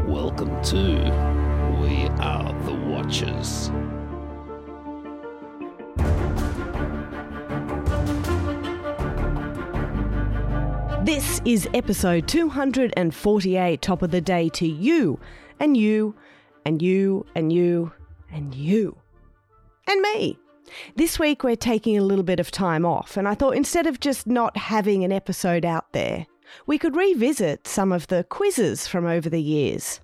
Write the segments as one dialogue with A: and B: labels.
A: Welcome to We Are the Watchers.
B: This is episode 248, top of the day to you, and you, and you, and you, and you, and me. This week we're taking a little bit of time off, and I thought instead of just not having an episode out there, we could revisit some of the quizzes from over the years.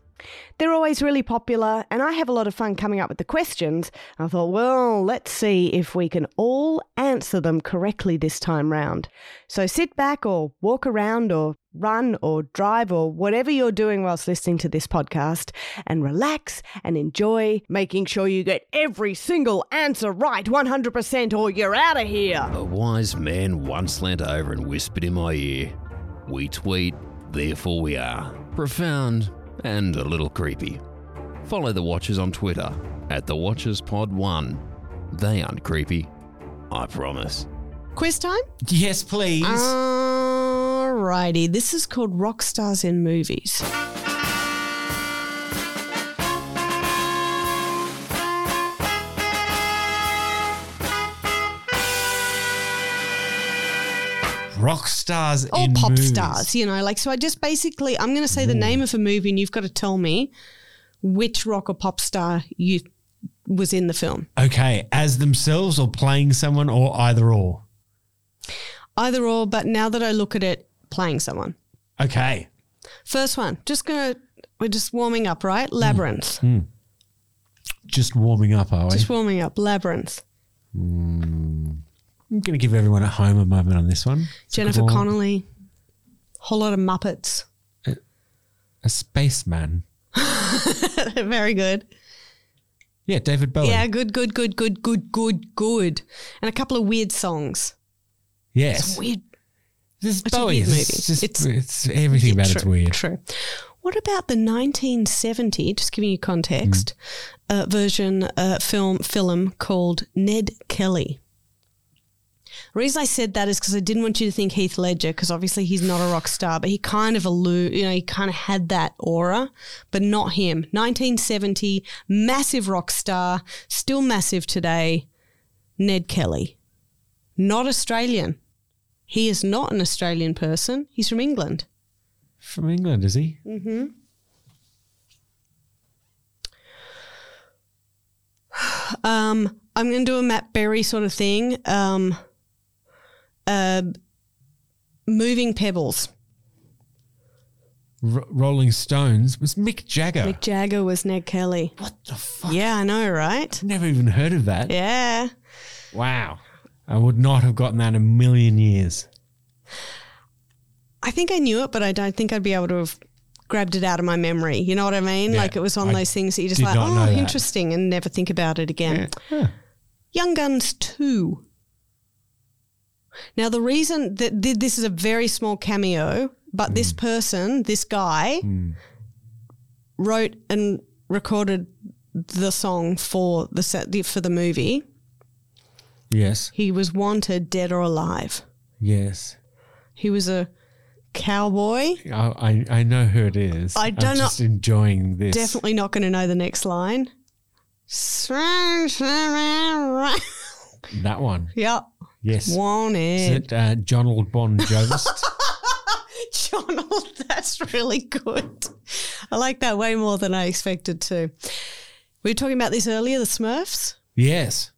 B: They're always really popular, and I have a lot of fun coming up with the questions. I thought, well, let's see if we can all answer them correctly this time round. So sit back or walk around or run or drive or whatever you're doing whilst listening to this podcast and relax and enjoy making sure you get every single answer right 100% or you're out of here.
A: A wise man once leant over and whispered in my ear, We tweet, therefore we are. Profound and a little creepy. Follow the Watchers on Twitter at the Watchers Pod 1. They aren't creepy. I promise.
B: Quiz time?
C: Yes, please.
B: Alrighty, this is called Rock Stars in Movies.
C: Rock stars
B: Or
C: in
B: pop
C: movies.
B: stars, you know, like, so I just basically, I'm going to say the name of a movie and you've got to tell me which rock or pop star you was in the film.
C: Okay, as themselves or playing someone or either or.
B: Either or, but now that I look at it, playing someone.
C: Okay.
B: First one, just going to, we're just warming up,
C: Mm.
B: right? Labyrinth.
C: Just warming up, are we?
B: Just warming up. Labyrinth.
C: I'm going to give everyone at home a moment on this one. It's a
B: Jennifer
C: good one.
B: Connolly. Whole lot of Muppets.
C: A spaceman.
B: Very good.
C: Yeah, David Bowie.
B: Yeah, good, good, good, good, good, good, good. And a couple of weird songs.
C: Yes.
B: Weird.
C: This is
B: it's a
C: Bowie.
B: weird
C: It's
B: movie.
C: just-
B: It's-
C: it's everything about it's
B: True,
C: weird.
B: True. What about the 1970, just giving you context, uh, version uh, film film called Ned Kelly? The reason I said that is because I didn't want you to think Heath Ledger, because obviously he's not a rock star, but he kind of allude, you know, he kind of had that aura, but not him. 1970, massive rock star, still massive today, Ned Kelly. Not Australian. He is not an Australian person. He's from England.
C: From England, is he?
B: Um, I'm going to do a Matt Berry sort of thing. Um, uh, moving Pebbles.
C: R- Rolling Stones was Mick Jagger.
B: Mick Jagger was Ned Kelly.
C: what the fuck?
B: Yeah, I know, right?
C: Never even heard of that.
B: Yeah.
C: Wow. I would not have gotten that in a million years.
B: I think I knew it, but I don't think I'd be able to have grabbed it out of my memory. You know what I mean?
C: Yeah,
B: like it was on
C: I
B: those things that you just
C: did
B: like,
C: not know
B: oh,
C: that."
B: interesting, and never think about it again.
C: Huh.
B: Young Guns 2. Now, the reason that th- this is a very small cameo, but
C: Mm.
B: this person, this guy, wrote and recorded the song for the set the, for the movie.
C: Yes.
B: He was wanted dead or alive.
C: Yes.
B: He was a cowboy.
C: I, I I know who it is.
B: I don't
C: I'm
B: know-
C: just enjoying this.
B: Definitely not going to know the next line.
C: That one.
B: yep.
C: Yes. Is
B: Wanted.
C: it uh, Donald Bon Jovist?
B: Donald, that's really good. I like that way more than I expected to. We were talking about this earlier, the Smurfs.
C: yes.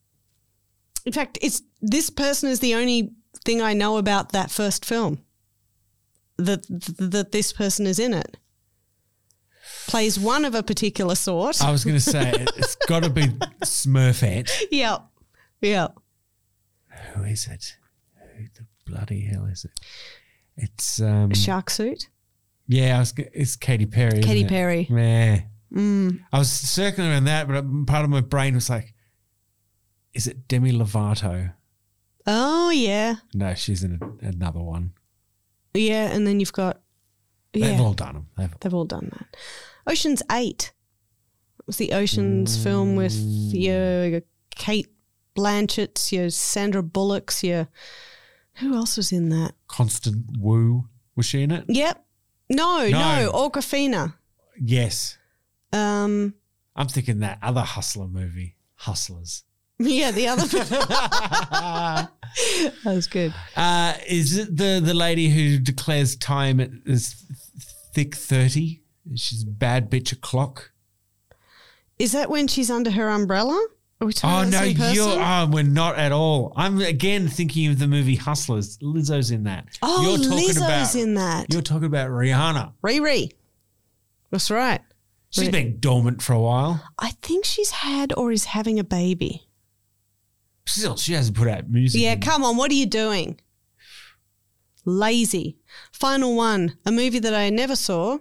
B: In fact, it's this person is the only thing I know about that first film. That that this person is in it. Plays one of a particular sort.
C: I was going to say it- it's got to be Smurfette.
B: Yeah. Yeah.
C: Who is it? Who the bloody hell is it? It's um
B: Shark suit.
C: yeah, I was, g- it's Katy Perry. isn't
B: Katy
C: it?
B: Perry. Hmm.
C: Yeah. I was circling around that, but part of my brain was like, is it Demi Lovato?
B: Oh yeah.
C: No, she's in a, another one.
B: Yeah, and then you've got
C: They've
B: yeah,
C: all done them. They've
B: they've all done that. Ocean's Eight It was the Ocean's film with your, your Kate Blanchett's, your Sandra Bullock's, your who else was in that?
C: Constant Woo. Was she in it?
B: Yep. No, no,
C: No.
B: Orgafina.
C: Yes.
B: Um,
C: I'm thinking that other hustler movie, Hustlers.
B: yeah, the other
C: uh,
B: that was good.
C: is it the the lady who declares time at this thick thirty? She's a bad bitch o'clock.
B: Is that when she's under her umbrella? Are we
C: Oh
B: talking
C: no,
B: about the same
C: you're
B: person?
C: oh, we're not at all. I'm again thinking of the movie Hustlers. Lizzo's in that.
B: oh,
C: you're
B: Lizzo's
C: about,
B: in that.
C: You're talking about Rihanna.
B: Riri. That's right.
C: She's
B: Ri-
C: been dormant for a while.
B: I think she's had or is having a baby.
C: Still, she hasn't put out music.
B: Yeah,
C: in-
B: come on. What are you doing? Lazy. Final one, a movie that I never saw.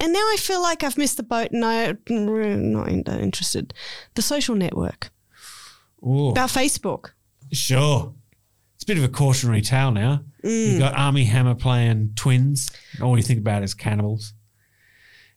B: And now I feel like I've missed the boat and I'm not in- not interested. The social network,
C: Ooh,
B: about Facebook.
C: sure. It's a bit of a cautionary tale now.
B: Mm.
C: You've got Army Hammer playing twins. All you think about is cannibals.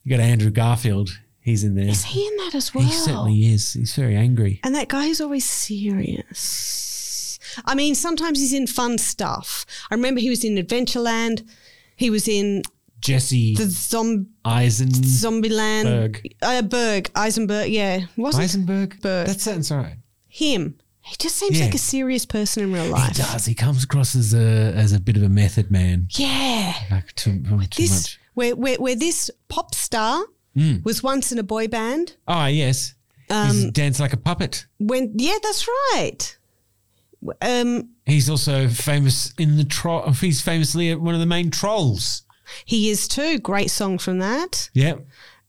C: You got Andrew Garfield. He's in there.
B: Is he in that as well?
C: He certainly is. He's very angry.
B: And that guy is always serious. I mean, sometimes he's in fun stuff. I remember he was in Adventureland. He was in
C: Jesse
B: the zombie
C: Eisenberg.
B: Zombieland.
C: Berg.
B: Uh, Berg. Eisenberg. Yeah. Wasn't
C: Eisenberg?
B: Berg.
C: That sounds all right.
B: him. He just seems
C: Yeah.
B: like a serious person in real
C: He
B: life.
C: does. He comes across as a as a bit of a method man.
B: Yeah.
C: Like too, too
B: This
C: much. Hmm.
B: where, where where this pop star was once in a boy band.
C: Oh yes. He's danced like a puppet.
B: When yeah, that's right. Um,
C: He's also famous in the troll. He's famously one of the main trolls.
B: he is too. Great song from that.
C: Yeah,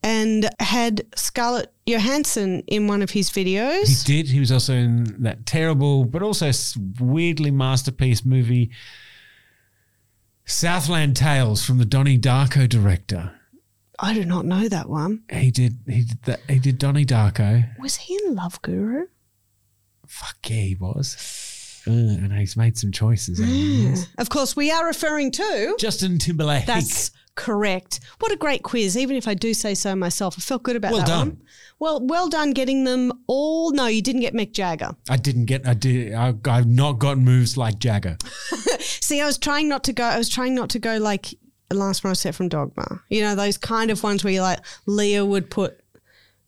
B: and had Scarlett Johansson in one of his
C: he
B: videos.
C: did. He was also in that terrible, but also s- weirdly masterpiece movie, Southland Tales from the Donnie Darko director.
B: I do not know that one.
C: He did. He did that. He did Donnie Darko.
B: Was he in Love Guru?
C: Fuck yeah, he was. Ugh, and he's made some choices. over the years.
B: Of course, we are referring to.
C: Justin Timberlake.
B: That's correct. What a great quiz! Even if I do say so myself, I felt good about
C: Well
B: that
C: done.
B: one. Well, well done getting them all. No, you didn't get Mick Jagger.
C: I didn't get. I did. I, I've not got moves like Jagger.
B: See, I was trying not to go. I was trying not to go like Lance Morissette from Dogma. You know those kind of ones where you're like Leah would put.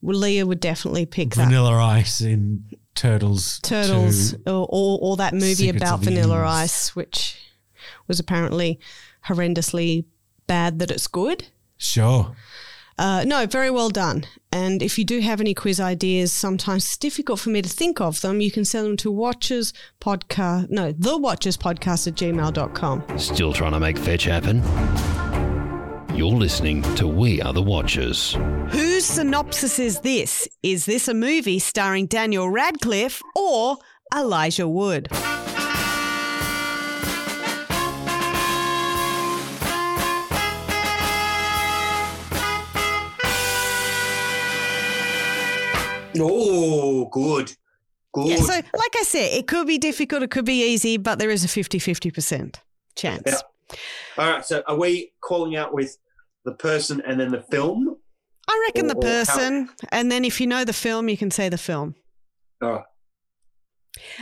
B: Well, Leah would definitely pick that.
C: Vanilla Ice in Turtles.
B: Turtles
C: 2.
B: or, or, or that movie
C: Secrets
B: about
C: of the
B: Vanilla
C: Universe.
B: Ice, which was apparently horrendously bad that it's good.
C: Sure.
B: Uh, no, very well done. And if you do have any quiz ideas, sometimes it's difficult for me to think of them. You can send them to watchers podcast, no, the watchers podcast at gmail.com.
A: Still trying to make fetch happen? You're listening to We Are the Watchers.
B: Whose synopsis is this? Is this a movie starring Daniel Radcliffe or Elijah Wood?
D: Oh, good. Good.
B: Yeah, so, like I said, it could be difficult, it could be easy, but there is a 50 50% chance.
D: Yeah. All right. So are we calling out with the person and then the film?
B: I reckon the
D: Or- or how-
B: person, and then if you know the film, you can say the film.
D: All right.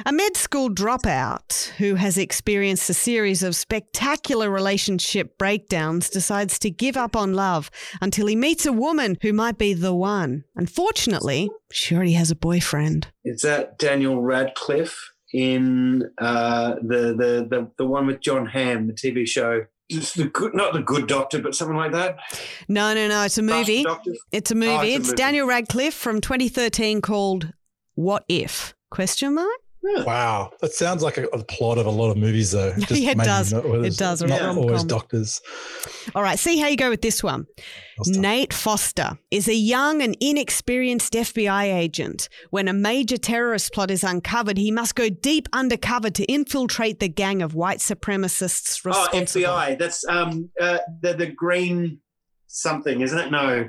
B: A med school dropout who has experienced a series of spectacular relationship breakdowns decides to give up on love until he meets a woman who might be the one. Unfortunately, she already has a boyfriend.
D: Is that Daniel Radcliffe in uh, the, the the the one with John Hamm, the TV show? It's the good, not the Good Doctor, but something like that.
B: No, no, no, it's a
D: Bastard
B: movie.
D: Doctor?
B: It's a movie.
D: Oh, it's a
B: it's
D: movie.
B: Daniel Radcliffe from 2013 called What If? Question mark?
E: Wow, that sounds like a, a plot of a lot of movies, though.
B: Yeah, it
E: maybe
B: does.
E: not- well,
B: It
E: it's
B: does, a
E: Not
D: rom-com.
E: always doctors.
B: All right, see how you go with this one. Nate Foster is a young and inexperienced FBI agent. When a major terrorist plot is uncovered, he must go deep undercover to infiltrate the gang of white supremacists
D: Oh,
B: responsible.
D: FBI. That's um uh, the the green something, isn't it? No,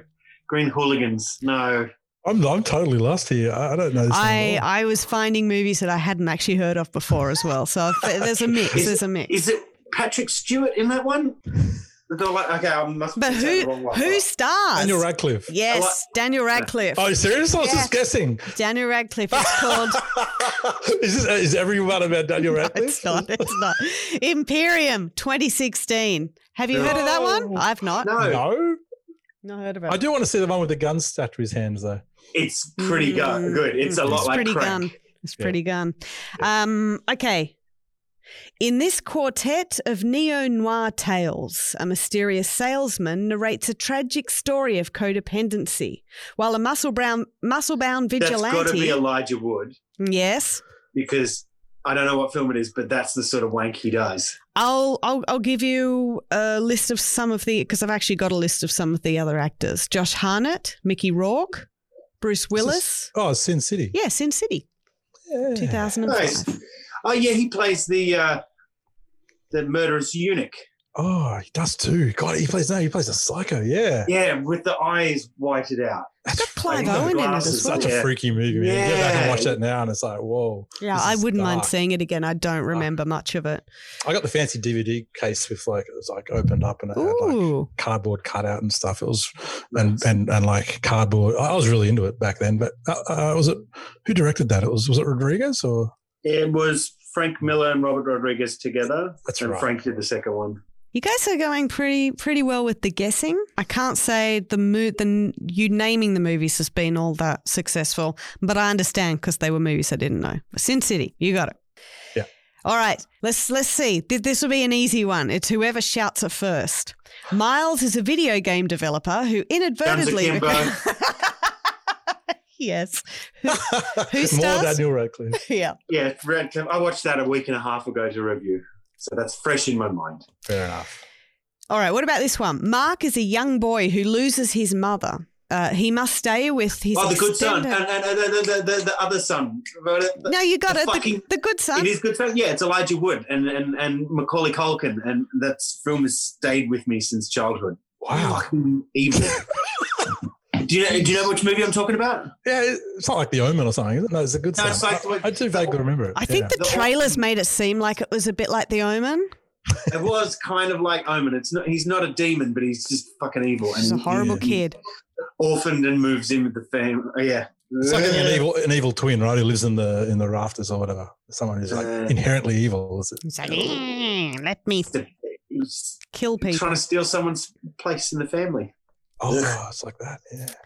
D: green hooligans. No.
E: I'm, I'm totally lost here. I, I don't know. This
B: I,
E: name at all.
B: I was finding movies that I hadn't actually heard of before as well. So th- there's a mix.
D: Is-
B: There's a mix.
D: Is it Patrick Stewart in that one? They're like, okay, I must.
B: But
D: be saying the wrong
B: who
D: one.
B: who stars?
E: Daniel Radcliffe.
B: yes, Daniel Radcliffe.
E: Oh, serious? I was just guessing.
B: Daniel Radcliffe is called.
E: is this is everyone about Daniel Radcliffe?
B: It's not. It's not. Imperium 2016. Have you heard of that one?
E: No.
B: I've not.
D: No.
E: No.
F: Not heard about
E: I
F: it.
E: do want to see the one with the gun stuck to his hands, though.
D: It's pretty gu-
F: Mm.
D: good. It's a lot
B: It's
D: like
B: pretty
D: Crank.
B: gun. It's pretty gun. Um, okay. In this quartet of neo noir tales, a mysterious salesman narrates a tragic story of codependency, while a muscle brown, muscle-bound
D: That's
B: vigilante.
D: got to be Elijah Wood
B: yes,
D: because I don't know what film it is, but that's the sort of wank he does.
B: I'll I'll I'll give you a list of some of the because I've actually got a list of some of the other actors: Josh Harnett, Mickey Rourke, Bruce Willis.
E: Oh, Sin City.
B: Yes, in City,
E: Yeah.
B: two thousand and
D: Nice.
B: five.
D: Oh yeah, he plays the uh, the murderous eunuch.
E: Oh, he does too. God, he plays no, he plays a psycho. Yeah,
D: Yeah, with the eyes whited out.
E: that's
B: Got Clive
D: I got
B: Owen in it as
D: glasses.
B: well.
E: such a
D: Yeah.
E: freaky movie. Man. You go back and
D: Yeah.
E: watch that now, and it's like, whoa.
B: Yeah,
E: This
B: I
E: is
B: wouldn't mind
E: dark.
B: seeing it again. I don't remember much of it.
E: I got the fancy DVD case with like it was like opened up and it had like
B: Ooh.
E: cardboard cutout and stuff. It was and and and like cardboard. I I was really into it back then. But uh, uh, was it who directed that? It was was it Rodriguez or
D: It was Frank Miller and Robert Rodriguez together.
E: That's
D: and
E: right.
D: Frank did the second one.
B: You guys are going pretty pretty well with the guessing. I can't say the mo- the you naming the movies has been all that successful, but I understand because they were movies I didn't know. Sin City, you got it.
E: Yeah.
B: All right, let's let's see. Th- This will be an easy one. It's whoever shouts it first. Miles is a video game developer who inadvertently.
D: Guns
B: yes.
E: who
B: stars?
E: more Daniel Radcliffe?
B: Yeah.
D: Yeah, Radcliffe. I watched that a week and a half ago to review, so that's fresh in my mind.
E: Fair enough.
B: All right, what about this one? Mark is a young boy who loses his mother. Uh, he must stay with his.
D: oh, the good son
B: extended-
D: and, and, and the, the, the, the other son. uh,
B: no, you got
D: the
B: it. The,
D: fucking-
B: the good son.
D: It is good fun. Yeah, it's Elijah Wood and, and, and Macaulay Culkin, and that film has stayed with me since childhood.
E: Wow.
D: Fucking evil. do you know, do you know which movie I'm talking about?
E: Yeah, it's not like The Omen or something, is it? No, it's a good.
D: No,
E: No,
D: it's like-
E: I, I do vaguely remember it.
B: I think
E: yeah.
B: the,
D: The-
B: trailers made it seem like it was a bit like The Omen.
D: It was kind of like Omen. It's not. He's not a demon, but he's just fucking evil
B: He's a
D: and
B: horrible kid.
D: orphaned and moves in with the family. Oh, yeah.
E: It's like an evil, an evil twin, right? Who lives in the in the rafters or whatever. Someone who's like
D: Uh,
E: inherently evil. Is it?
B: He's like, "Mm, let me
D: He's
B: kill people.
D: trying to steal someone's place in the family.
E: Oh, it's like that.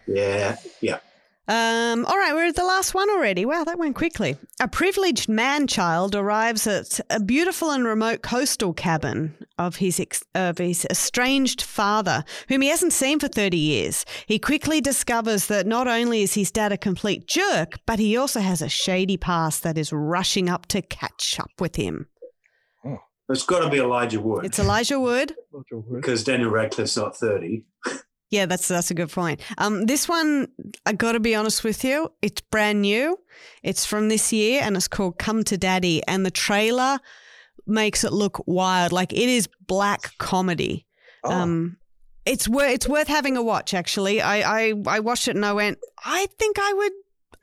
E: Yeah.
D: Yeah.
B: Um, all right, we're at the last one already. Wow, that went quickly. A privileged man child arrives at a beautiful and remote coastal cabin of his, ex- of his estranged father, whom he hasn't seen for 30 years. He quickly discovers that not only is his dad a complete jerk, but he also has a shady past that is rushing up to catch up with him.
D: It's got to be Elijah Wood
B: It's Elijah Wood.
D: because Daniel Radcliffe's not 30.
B: Yeah, that's that's a good point. Um, this one, I got to be honest with you, it's brand new. It's from this year, and it's called "Come to Daddy." And the trailer makes it look wild, like it is black comedy.
E: Oh,
B: Um, it's worth it's worth having a watch. Actually, I, I I watched it and I went, I think I would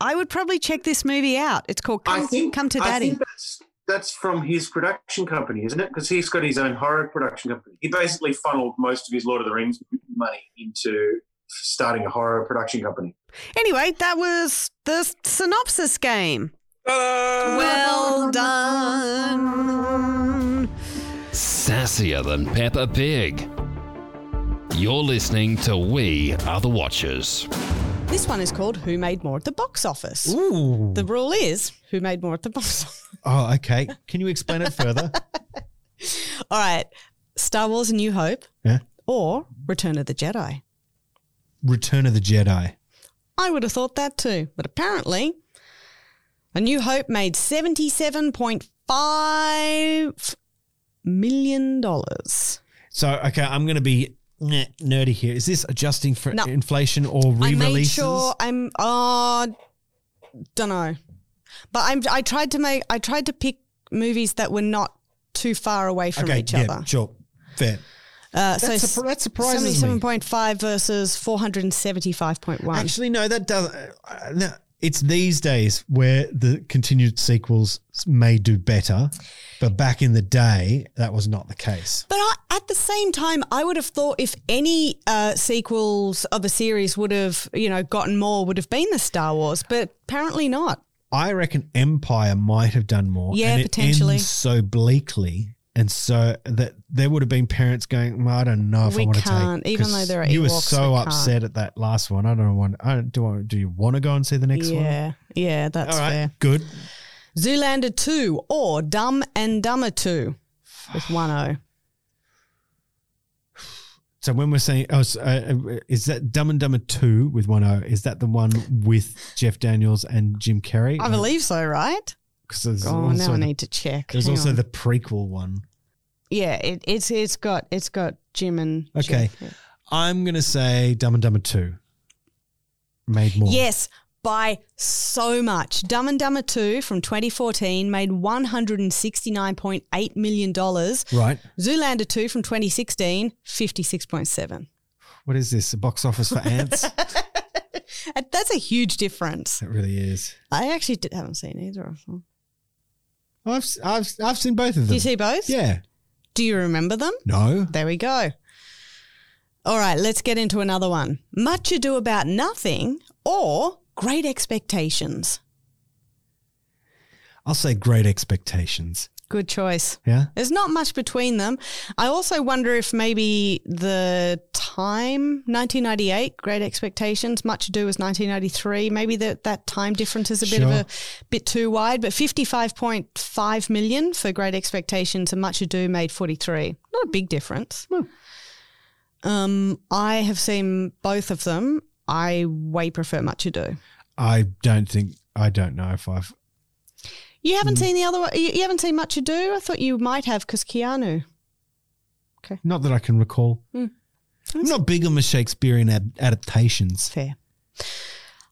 B: I would probably check this movie out. It's called "Come
D: I think
B: Come to
D: I
B: Daddy."
D: think that's that's from his production company, isn't it? Because he's got his own horror production company. He basically funneled most of his Lord of the Rings money into starting a horror production company.
B: Anyway, that was the synopsis game.
E: Ta-da!
B: Well done.
A: sassier than Peppa Pig. You're listening to We Are the Watchers.
B: This one is called Who Made More at the Box Office.
C: Ooh.
B: The rule is Who Made More at the Box Office.
C: oh, okay. Can you explain it further?
B: All right. Star Wars A New Hope
C: Yeah.
B: or Return of the Jedi.
C: Return of the Jedi.
B: I would have thought that too, but apparently A New Hope made $77.5 million. dollars.
C: So, okay, I'm going to be meh, nerdy here. Is this adjusting for
B: No.
C: inflation or
B: I made
C: re-releases?
B: sure I'm, oh, don't know. But I'm, I tried to make, I tried to pick movies that were not too far away from
C: okay,
B: each
C: yeah,
B: other.
C: sure, fair.
B: Uh, so
C: That, surpri- that surprises me.
B: 77.5 versus 475.1.
C: Actually, no, that doesn't. Uh, no, it's these days where the continued sequels may do better, but back in the day, that was not the case.
B: but I, at the same time, I would have thought if any uh, sequels of a series would have, you know, gotten more, would have been the Star Wars, but apparently not.
C: I reckon Empire might have done more.
B: Yeah,
C: and it
B: potentially.
C: Ends so bleakly, and so that there would have been parents going, well, I don't know if
B: We
C: I want
B: can't,
C: to take.
B: even
C: 'cause
B: though there are
C: you were
B: Ewoks,
C: so
B: we can't.
C: upset at that last one. I don't want. I don't, do. I, do you want to go and see the next one?
B: yeah, yeah, that's
C: All right,
B: fair.
C: good.
B: Zoolander 2 or Dumb and Dumber 2 with one oh. O.
C: So when we're saying, oh, so, uh, uh, is that Dumb and Dumber Two with one O? Is that the one with Jeff Daniels and Jim Carrey? Uh,
B: I believe so, right?
C: 'Cause there's
B: Oh,
C: also
B: now I
C: the-
B: need to check.
C: There's
B: Hang
C: also
B: on.
C: the prequel one.
B: yeah, it, it's it's got it's got Jim and
C: Okay.
B: Jeff.
C: I'm gonna say Dumb and Dumber Two. Made more.
B: Yes, by so much. Dumb and Dumber 2 from 2014 made $169.8 million.
C: Right.
B: Zoolander 2 from 2016, 56.7.
C: What is this? A box office for ants?
B: Uh, That's a huge difference.
C: It really is.
B: I actually d- haven't seen either of them.
C: I've I've I've seen both of them.
B: Do you see both?
C: Yeah.
B: Do you remember them?
C: No.
B: There we go. All right, let's get into another one. Much Ado About Nothing or Great Expectations.
C: I'll say Great Expectations.
B: Good choice.
C: Yeah.
B: There's not much between them. I also wonder if maybe the time, 1998, Great Expectations, Much Ado was 1993. Maybe that that time difference is a bit of
C: Sure.
B: a bit too wide, but 55.5 million for Great Expectations and Much Ado made 43. Not a big difference. Um, I have seen both of them. I way prefer Much Ado.
C: I don't think I don't know if I've
B: You haven't seen the other one. You, you haven't seen Much Ado. I thought you might have because Keanu.
C: not that I can recall.
B: Hmm.
C: I'm not big on the Shakespearean ad- adaptations
B: Fair.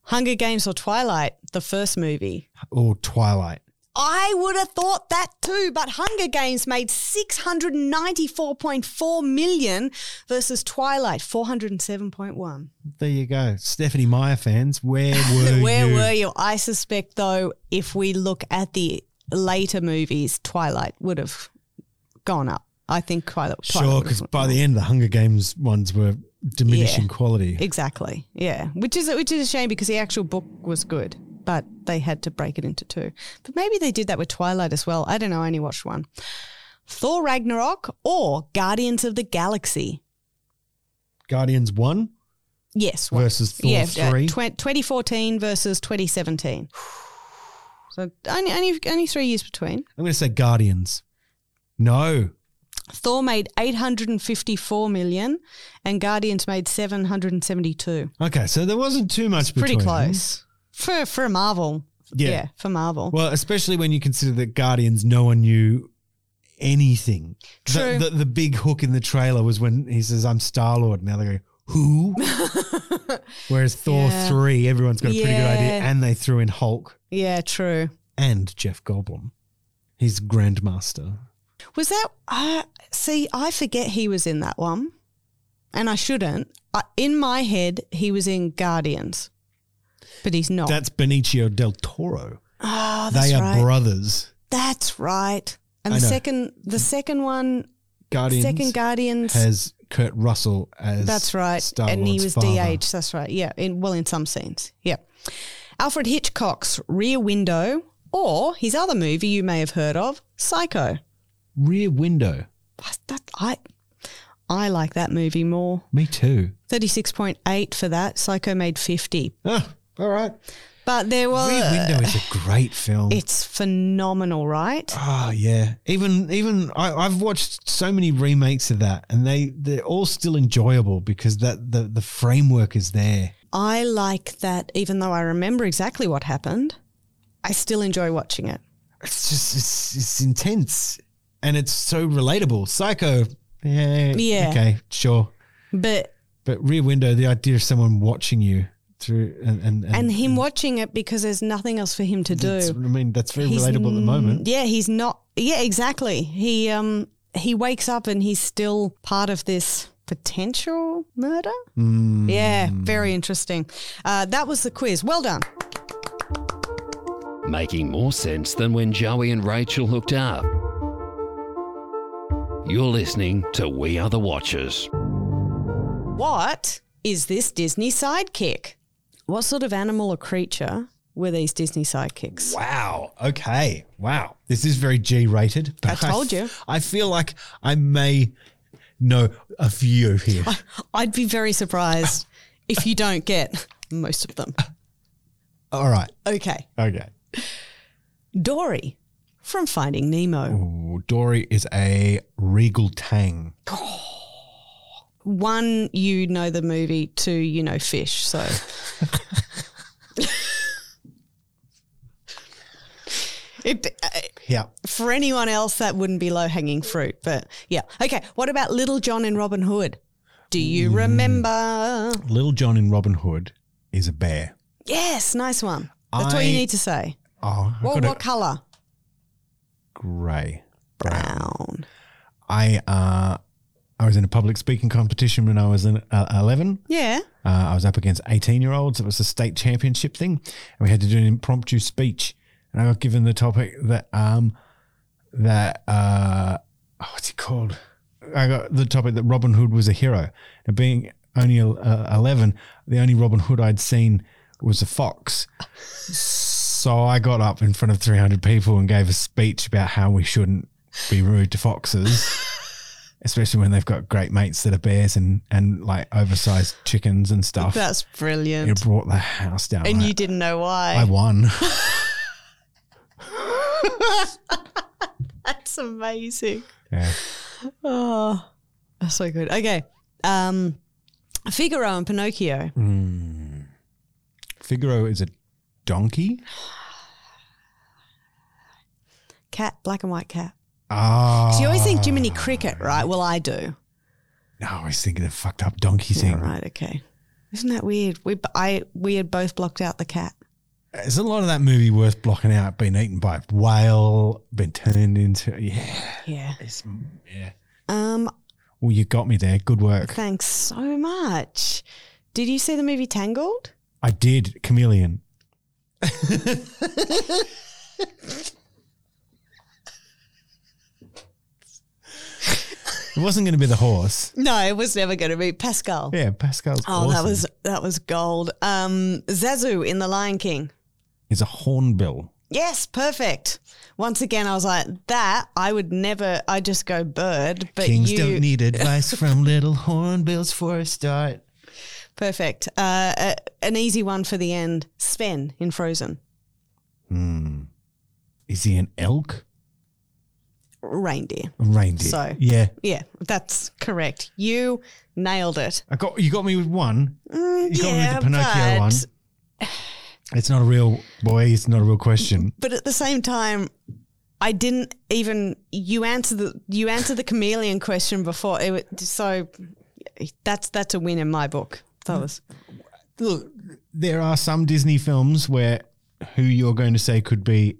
B: Hunger Games or Twilight, the first movie.
C: or Twilight.
B: I would have thought that too, but Hunger Games made 694.4 million versus Twilight 407.1.
C: There you go, Stephanie Meyer fans. Where were
B: Where
C: you?
B: were you? I suspect though if we look at the later movies, Twilight would have gone up. I think Twilight Twilight
C: Sure,
B: would have
C: because
B: gone
C: by
B: up.
C: the end, the Hunger Games ones were diminishing
B: Yeah.
C: quality.
B: Exactly. Yeah, which is which is a shame because the actual book was good, but they had to break it into two. But maybe they did that with Twilight as well. I don't know. I only watched one. Thor Ragnarok or Guardians of the Galaxy.
C: Guardians one.
B: Yes. one. uh,
C: Versus Thor three.
B: twen- 2014 versus 2017. So only, only only three years between.
C: I'm going to say Guardians. No,
B: Thor made 854 million, and Guardians made 772.
C: okay, so there wasn't too much.
B: Pretty
C: between them.
B: close for for a Marvel.
C: Yeah.
B: for Marvel.
C: Well, especially when you consider that Guardians, no one knew anything. The-
B: True.
C: The, the, big hook in the trailer was when he says, "I'm Star Lord." Now they go, "Who?" Whereas Thor
B: Yeah.
C: three, everyone's got a pretty good idea,
B: Yeah.
C: and they threw in Hulk
B: Yeah, true.
C: and Jeff Goldblum, his grandmaster.
B: Was that? Uh, see, I forget he was in that one, and I shouldn't. I, in my head, he was in Guardians, but he's not.
C: That's Benicio del Toro.
B: oh, that's
C: they are
B: right.
C: brothers.
B: that's right. And
C: I
B: the
C: know.
B: second, the second one,
C: Guardians
B: second Guardians.
C: has Kurt Russell as
B: that's right,
C: Star-Lord's
B: and he was
C: father.
B: DH. That's right. Yeah. In well, in some scenes. Yeah. Alfred Hitchcock's Rear Window, or his other movie you may have heard of, Psycho.
C: Rear Window.
B: That's- that- I, I like that movie more.
C: Me too.
B: 36.8 for that. Psycho made 50.
C: Ah, all right.
B: But there was.
C: Rear Window is a great film.
B: It's phenomenal, right?
C: Oh yeah, even even I, I've watched so many remakes of that, and they they're all still enjoyable because that the the framework is there.
B: I like that even though I remember exactly what happened, I still enjoy watching it.
C: It's just it's, it's intense, and it's so relatable. Psycho, yeah,
B: Yeah.
C: okay, sure,
B: But
C: but Rear Window, the idea of someone watching you through and and,
B: and him watching it because there's nothing else for him to
C: that's- I
B: do.
C: mean that's very
B: He's
C: relatable at the moment.
B: Yeah, he's not Yeah, exactly. He um he wakes up and he's still part of this potential murder.
C: Hmm.
B: Yeah, very interesting. Uh, that was the quiz. Well done.
A: making more sense than when Joey and Rachel hooked up. You're listening to We Are the Watchers.
B: What is this Disney sidekick? What sort of animal or creature were these Disney sidekicks.
C: Wow. Okay. Wow. This is very G rated. But
B: I told
C: f-
B: you.
C: I feel like I may know a few here.
B: I'd be very surprised if you don't get most of them.
C: All right.
B: Okay.
C: Okay.
B: Dory from Finding Nemo.
C: Ooh, Dory is a regal tang.
B: One, you know the movie, two, you know fish. So it, uh,
C: Yeah.
B: for anyone else, that wouldn't be low hanging fruit. But yeah. Okay. What about Little John and Robin Hood? Do
C: Mm.
B: you remember?
C: Little John in Robin Hood is a bear.
B: Yes. Nice one. That's all
C: I-
B: you need to say.
C: Oh, I've
B: Well,
C: got
B: what
C: it.
B: color?
C: Grey.
B: Brown.
C: I uh, I was in a public speaking competition when I was in, uh, 11.
B: Yeah.
C: Uh, I was up against 18 year olds. It was a state championship thing. And we had to do an impromptu speech. And I got given the topic that, um, that, uh, oh, what's it called? I got the topic that Robin Hood was a hero. And being only uh, 11, the only Robin Hood I'd seen was a fox. so I got up in front of 300 people and gave a speech about how we shouldn't be rude to foxes especially when they've got great mates that are bears and and like oversized chickens and stuff.
B: That's brilliant.
C: it brought the house down.
B: and
C: I,
B: you didn't know why.
C: I won.
B: That's amazing.
C: yeah.
B: Oh, that's so good. Okay. Um, Figaro and Pinocchio.
C: Hmm. Figaro is a donkey.
B: Cat, black and white cat.
C: Ah,
B: So you always think Jiminy Cricket, right? Well, I do.
C: no, I was thinking the fucked up donkey thing.
B: All right. Okay. Isn't that weird? We I we had both blocked out the cat.
C: Is a lot of that movie worth blocking out? Being eaten by a whale, been turned into yeah,
B: Yeah.
C: it's, yeah.
B: Um.
C: Well, you got me there. Good work.
B: Thanks so much. Did you see the movie Tangled?
C: I did. Chameleon. it wasn't going to be the horse.
B: No, it was never going to be Pascal.
C: Yeah, Pascal's.
B: Oh, that Oh, was that was gold. Um, Zazu in The Lion King.
C: Is a hornbill.
B: Yes, perfect. Once again, I was like, that I would never. I just go bird, but
C: Kings
B: you
C: don't need advice from little hornbills for a start.
B: perfect. Uh, a, an easy one for the end. Sven in Frozen,
C: Hmm. Is he an elk?
B: reindeer.
C: A reindeer.
B: So-
C: yeah,
B: Yeah, that's correct. You nailed it.
C: I got you. Got me with one.
B: Mm,
C: You got me
B: yeah,
C: with the Pinocchio
B: but,
C: one. It's not a real boy. It's not a real question.
B: but at the same time, I didn't even you answered the you answered the chameleon question before it. wa- So that's that's a win in my book.
C: Mm.
B: That was
C: look, there are some Disney films where who you're going to say could be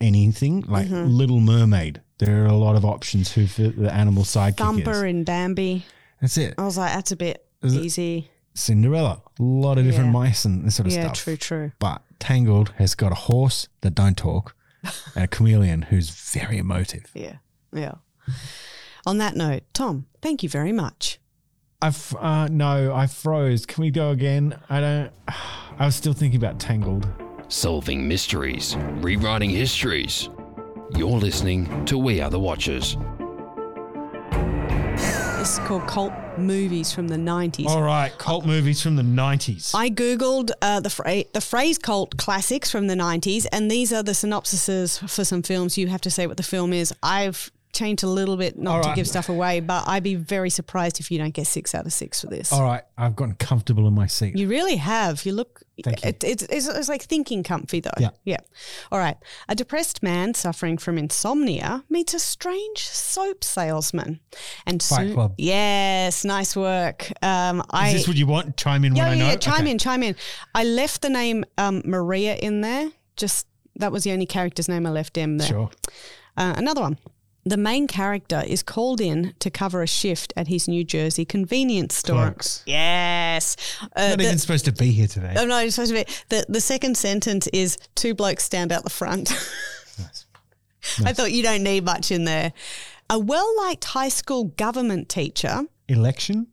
C: anything, like
B: Mm-hmm.
C: Little Mermaid. There are a lot of options who fit the animal sidekick
B: Thumper
C: is.
B: in Bambi.
C: That's it.
B: I was like, that's a bit
C: Is it-
B: easy.
C: Cinderella, a lot of different
B: Yeah.
C: mice and this sort of
B: yeah,
C: stuff.
B: true, true.
C: But Tangled has got a horse that don't talk and a chameleon who's very emotive.
B: Yeah, yeah. On that note, Tom, thank you very much.
C: I've uh, no, I froze. Can we go again? I don't. I was still thinking about Tangled.
A: solving mysteries, rewriting histories. You're listening to We Are the Watchers.
B: This is called cult movies from the 90s.
C: Oh.
G: All right, cult movies from the 90s.
B: I googled uh, the phra- the phrase cult classics from the 90s, and these are the synopsises for some films. You have to say what the film is. I've changed a little bit not
C: All
B: to
C: right.
B: give stuff away, but I'd be very surprised if you don't get six out of six for this.
C: All right, I've gotten comfortable in my seat.
B: You really have. You look.
C: Thank you.
B: It, it's, it's, it's like thinking comfy, though.
C: Yeah.
B: Yeah. All right. A depressed man suffering from insomnia meets a strange soap salesman. And
C: Fight
B: soon-
C: Club.
B: Yes. Nice work. Um, I.
G: Is this what you want? Chime in
B: yeah,
G: when I
B: yeah,
G: know.
B: yeah. Chime
G: Okay.
B: in, chime in. I left the name um, Maria in there. Just that was the only character's name I left in there.
C: Sure.
B: Uh, another one. The main character is called in to cover a shift at his New Jersey convenience store.
C: Clerks.
B: Yes. Uh,
C: Not
B: the-
C: even supposed to be here today.
B: Oh no, it's supposed to be the, the second sentence is two blokes stand out the front. I thought you don't need much in there. A well liked high school government teacher.
C: Election?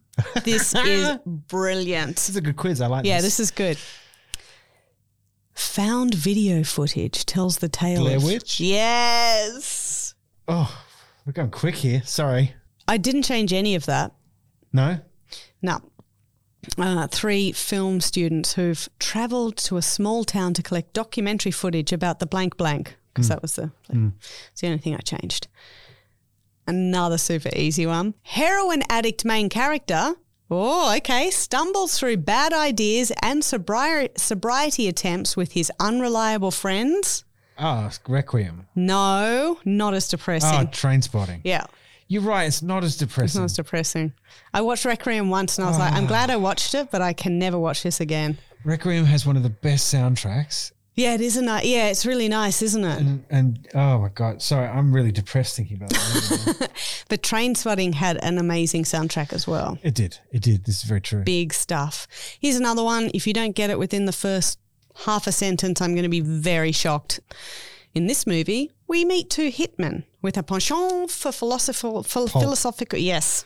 B: This is brilliant.
C: This is a good quiz. I like
B: Yeah,
C: this.
B: this is good. Found video footage tells the tale.
C: Blair
B: of-
C: Witch?
B: Yes.
C: Oh, we're going quick here. Sorry.
B: I didn't change any of that.
C: No?
B: No. Uh, three film students who've traveled to a small town to collect documentary footage about the blank blank, because that was the, it's the only thing I changed. Another super easy one. Heroin addict main character. Oh, okay. Stumbles through bad ideas and sobriety, sobriety attempts with his unreliable friends.
C: Oh, it's Requiem.
B: No, not as depressing.
C: Oh, train spotting.
B: Yeah.
C: You're right. It's not as
B: It's
C: depressing.
B: not as depressing. I watched Requiem once and I was like, I'm glad I watched it, but I can never watch this again.
C: Requiem has one of the best soundtracks.
B: Yeah, it is a nice. Yeah, it's really nice, isn't it?
C: And, and oh my God. Sorry. I'm really depressed thinking about that.
B: But Train Spotting had an amazing soundtrack as well.
C: it did. It did. This is very true.
B: Big stuff. Here's another one. If you don't get it within the first half a sentence, I'm going to be very shocked. In this movie, we meet two hitmen with a penchant for philosophical, phil- philosophical, yes,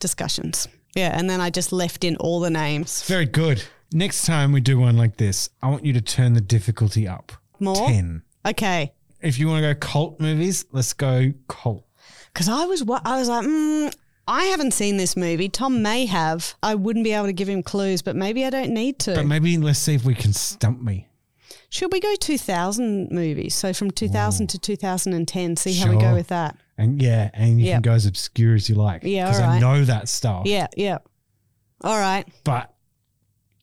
B: discussions. Yeah, and then I just left in all the names.
C: Very good. Next time we do one like this, I want you to turn the difficulty up.
B: More?
C: 10.
B: Okay.
C: If you want to go cult movies, let's go cult.
B: because I was wa- I was like, mm, I haven't seen this movie. Tom may have. I wouldn't be able to give him clues, but maybe I don't need to.
C: But maybe let's see if we can stump me.
B: Should we go 2000 movies? So from 2000 to 2010, see how we
C: Sure.
B: go with that.
C: And yeah, and you
B: Yeah.
C: can go as obscure as you like.
B: Yeah,
C: Because I
B: alright.
C: know that stuff.
B: Yeah, yeah. All right.
C: But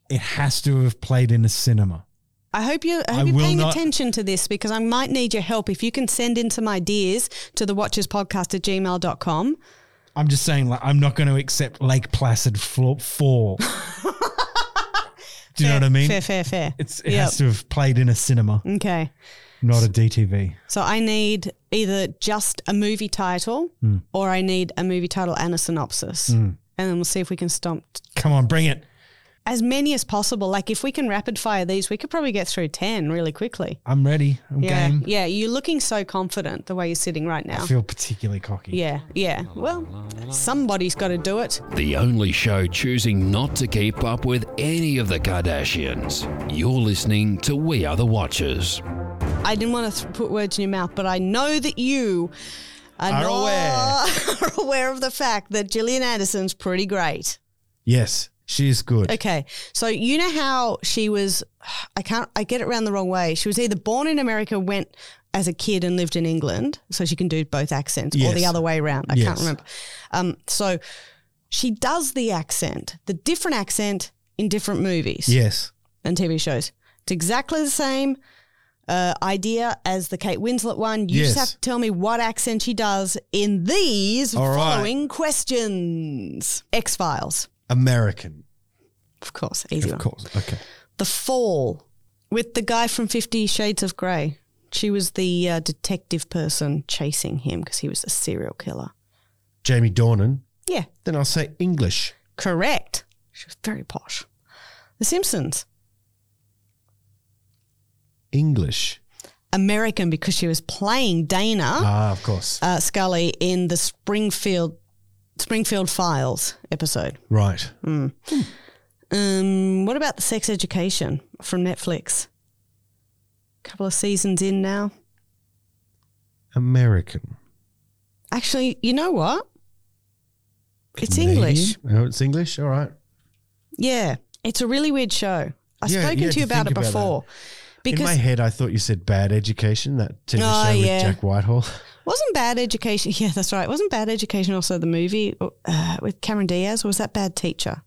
C: it has to have played in a cinema.
B: I hope you I
C: I
B: hope you're
C: will
B: paying
C: not-
B: attention to this because I might need your help. If you can send in some ideas to the watchers podcast at gmail.com.
C: I'm just saying, like, I'm not going to accept Lake Placid Flo- 4. Do you know what I mean?
B: Fair, fair, fair.
C: It's, it
B: Yep.
C: has to have played in a cinema,
B: Okay.
C: not a DTV.
B: So I need either just a movie title
C: Hmm.
B: or I need a movie title and a synopsis. And then we'll see if we can stomp
C: Come on, bring it.
B: as many as possible. Like if we can rapid fire these, we could probably get through 10 really quickly.
C: I'm ready. I'm
B: Yeah.
C: game.
B: Yeah. You're looking so confident the way you're sitting right now.
C: I feel particularly cocky.
B: yeah. Yeah. Well, somebody's got to do it.
A: The only show choosing not to keep up with any of the Kardashians. You're listening to We Are the Watchers.
B: I didn't want to th- put words in your mouth, but I know that you are,
C: Are
B: not- are aware of the fact that Gillian Anderson's pretty great.
C: Yes, she is good.
B: Okay. So you know how she was I can't I get it round the wrong way. She was either born in America, went as a kid and lived in England, so she can do both accents, or the
C: Yes.
B: other way around. I
C: Yes.
B: can't remember. Um, so she does the accent, the different accent in different movies
C: Yes.
B: and TV shows. It's exactly the same uh, idea as the Kate Winslet one. You just
C: Yes.
B: have to tell me what accent she does in these
C: All right.
B: following questions. X Files,
C: American.
B: of course, easy one.
C: Of course. Okay.
B: The Fall with the guy from Fifty Shades of Grey. She was the uh, detective person chasing him because he was a serial killer.
C: Jamie Dornan.
B: Yeah,
C: Then I'll say English.
B: correct. She was very posh. The Simpsons,
C: English.
B: American because she was playing Dana
C: Ah, of course.
B: uh, Scully in the Springfield Springfield Files episode.
C: Right.
B: Um, what about the Sex Education from Netflix? Couple of seasons in now.
H: American.
B: Actually, you know what? It's
H: Canadian?
B: English.
H: Oh, it's English. All right.
B: Yeah, it's a really weird show. I've
H: Yeah,
B: spoken
H: you had
B: to you
H: to
B: about it
H: think about In
B: before.
H: my
B: Because
H: head, I thought you said Bad Education, that TV
B: Oh,
H: show
B: yeah.
H: with Jack Whitehall.
B: wasn't bad education? Yeah, that's right. Wasn't bad education also the movie uh, with Cameron Diaz? Or was that bad teacher?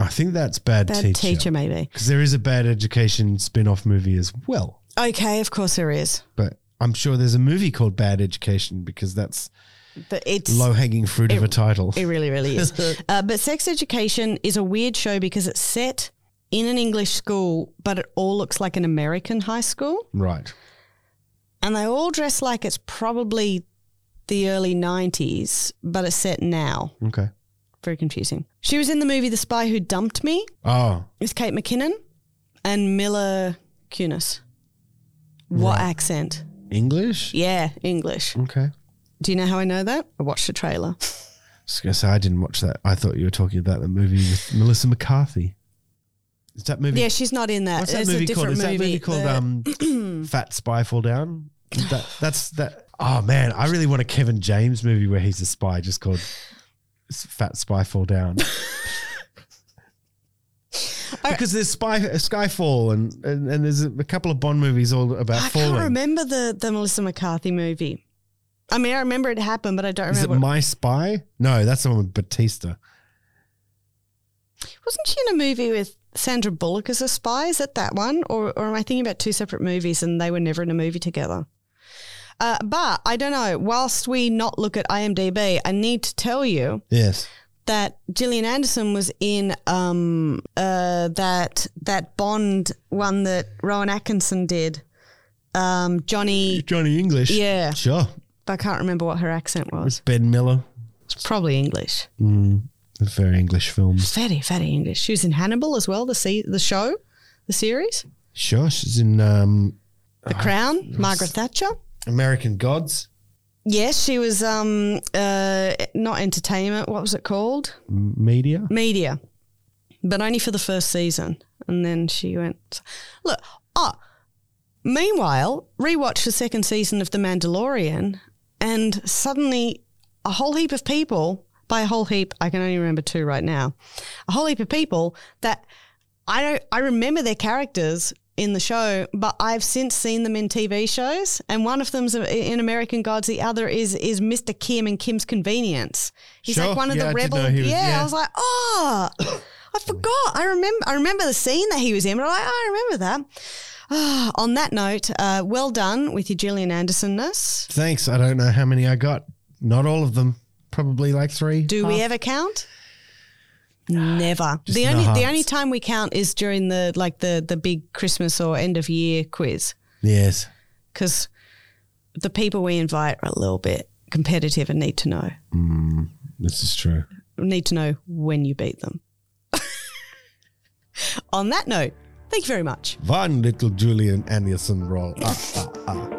H: I think that's Bad,
B: Bad teacher.
H: Teacher.
B: maybe.
H: Because there is a Bad Education spin off movie as well.
B: Okay, of course there is,
H: But I'm sure there's a movie called Bad Education because that's
B: but it's
H: low hanging fruit of a title.
B: it really, really is. uh, but sex education is a weird show because it's set in an English school, but it all looks like an American high school,
H: right.
B: and they all dress like it's probably the early '90s, but it's set now.
H: Okay.
B: very confusing. She was in the movie The Spy Who Dumped Me
H: Oh,
B: with Kate McKinnon and Mila Kunis. What accent?
H: English?
B: Yeah, English.
H: Okay.
B: Do you know how I know that? I watched the trailer.
H: I was going to say, I didn't watch that. I thought you were talking about the movie with Melissa McCarthy.
C: Is that movie?
B: Yeah, she's not in that.
C: What's that
B: it's
C: movie
B: a
C: called?
B: different
C: Is that movie called
B: The-
C: um, Fat Spy Fall Down? That, that's that. Oh man, I really want a Kevin James movie where he's a spy, just called Fat Spy Fall Down. because there's spy Skyfall and, and and there's a couple of Bond movies all about
B: I
C: falling.
B: can't remember the, the Melissa McCarthy movie. I mean, I remember it happened, but I don't
C: Is it
B: remember.
C: My Spy? No, that's the one with Batista.
B: Wasn't she in a movie with Sandra Bullock as a spy? Is it that one? Or, or am I thinking about two separate movies and they were never in a movie together? Uh, but I don't know. Whilst we not look at IMDb, I need to tell you
C: Yes.
B: that Gillian Anderson was in um, uh, that that Bond one that Rowan Atkinson did. Um, Johnny,
C: Johnny English.
B: yeah,
C: Sure.
B: but I can't remember what her accent was.
C: It's Ben Miller.
B: It's probably English.
C: A very English film.
B: Very, very English. She was in Hannibal as well. The se- the show, the series,
C: Sure. She's in um,
B: The Crown. Margaret Thatcher.
C: American Gods.
B: Yes, she was um uh not entertainment. What was it called?
C: Media.
B: Media, but only for the first season, and then she went. Look, oh, meanwhile, rewatch the second season of The Mandalorian, and suddenly a whole heap of people. By a whole heap, I can only remember two right now. A whole heap of people that I don't. I remember their characters in the show, but I've since seen them in TV shows. And one of them's in American Gods. The other is is Mr. Kim and Kim's Convenience. He's
C: Sure.
B: like one of
C: Yeah,
B: the
C: I did
B: rebel.
C: know he was-
B: yeah,
C: yeah.
B: I was like, oh, I forgot. I remember. I remember the scene that he was in. But I'm like, oh, I remember that. Ah, on that note, uh, well done with your Gillian Andersonness.
C: Thanks. I don't know how many I got. Not all of them. Probably like three.
B: Do we ever count? Never.
C: Just
B: the
C: in
B: only
C: our
B: the
C: hearts.
B: only time we count is during the like the the big Christmas or end of year quiz
C: Yes.
B: because the people we invite are a little bit competitive and need to know
C: Mm, This is true.
B: need to know when you beat them. On that note, thank you very much.
C: One little Julian Anderson roll. Ah, ah, ah.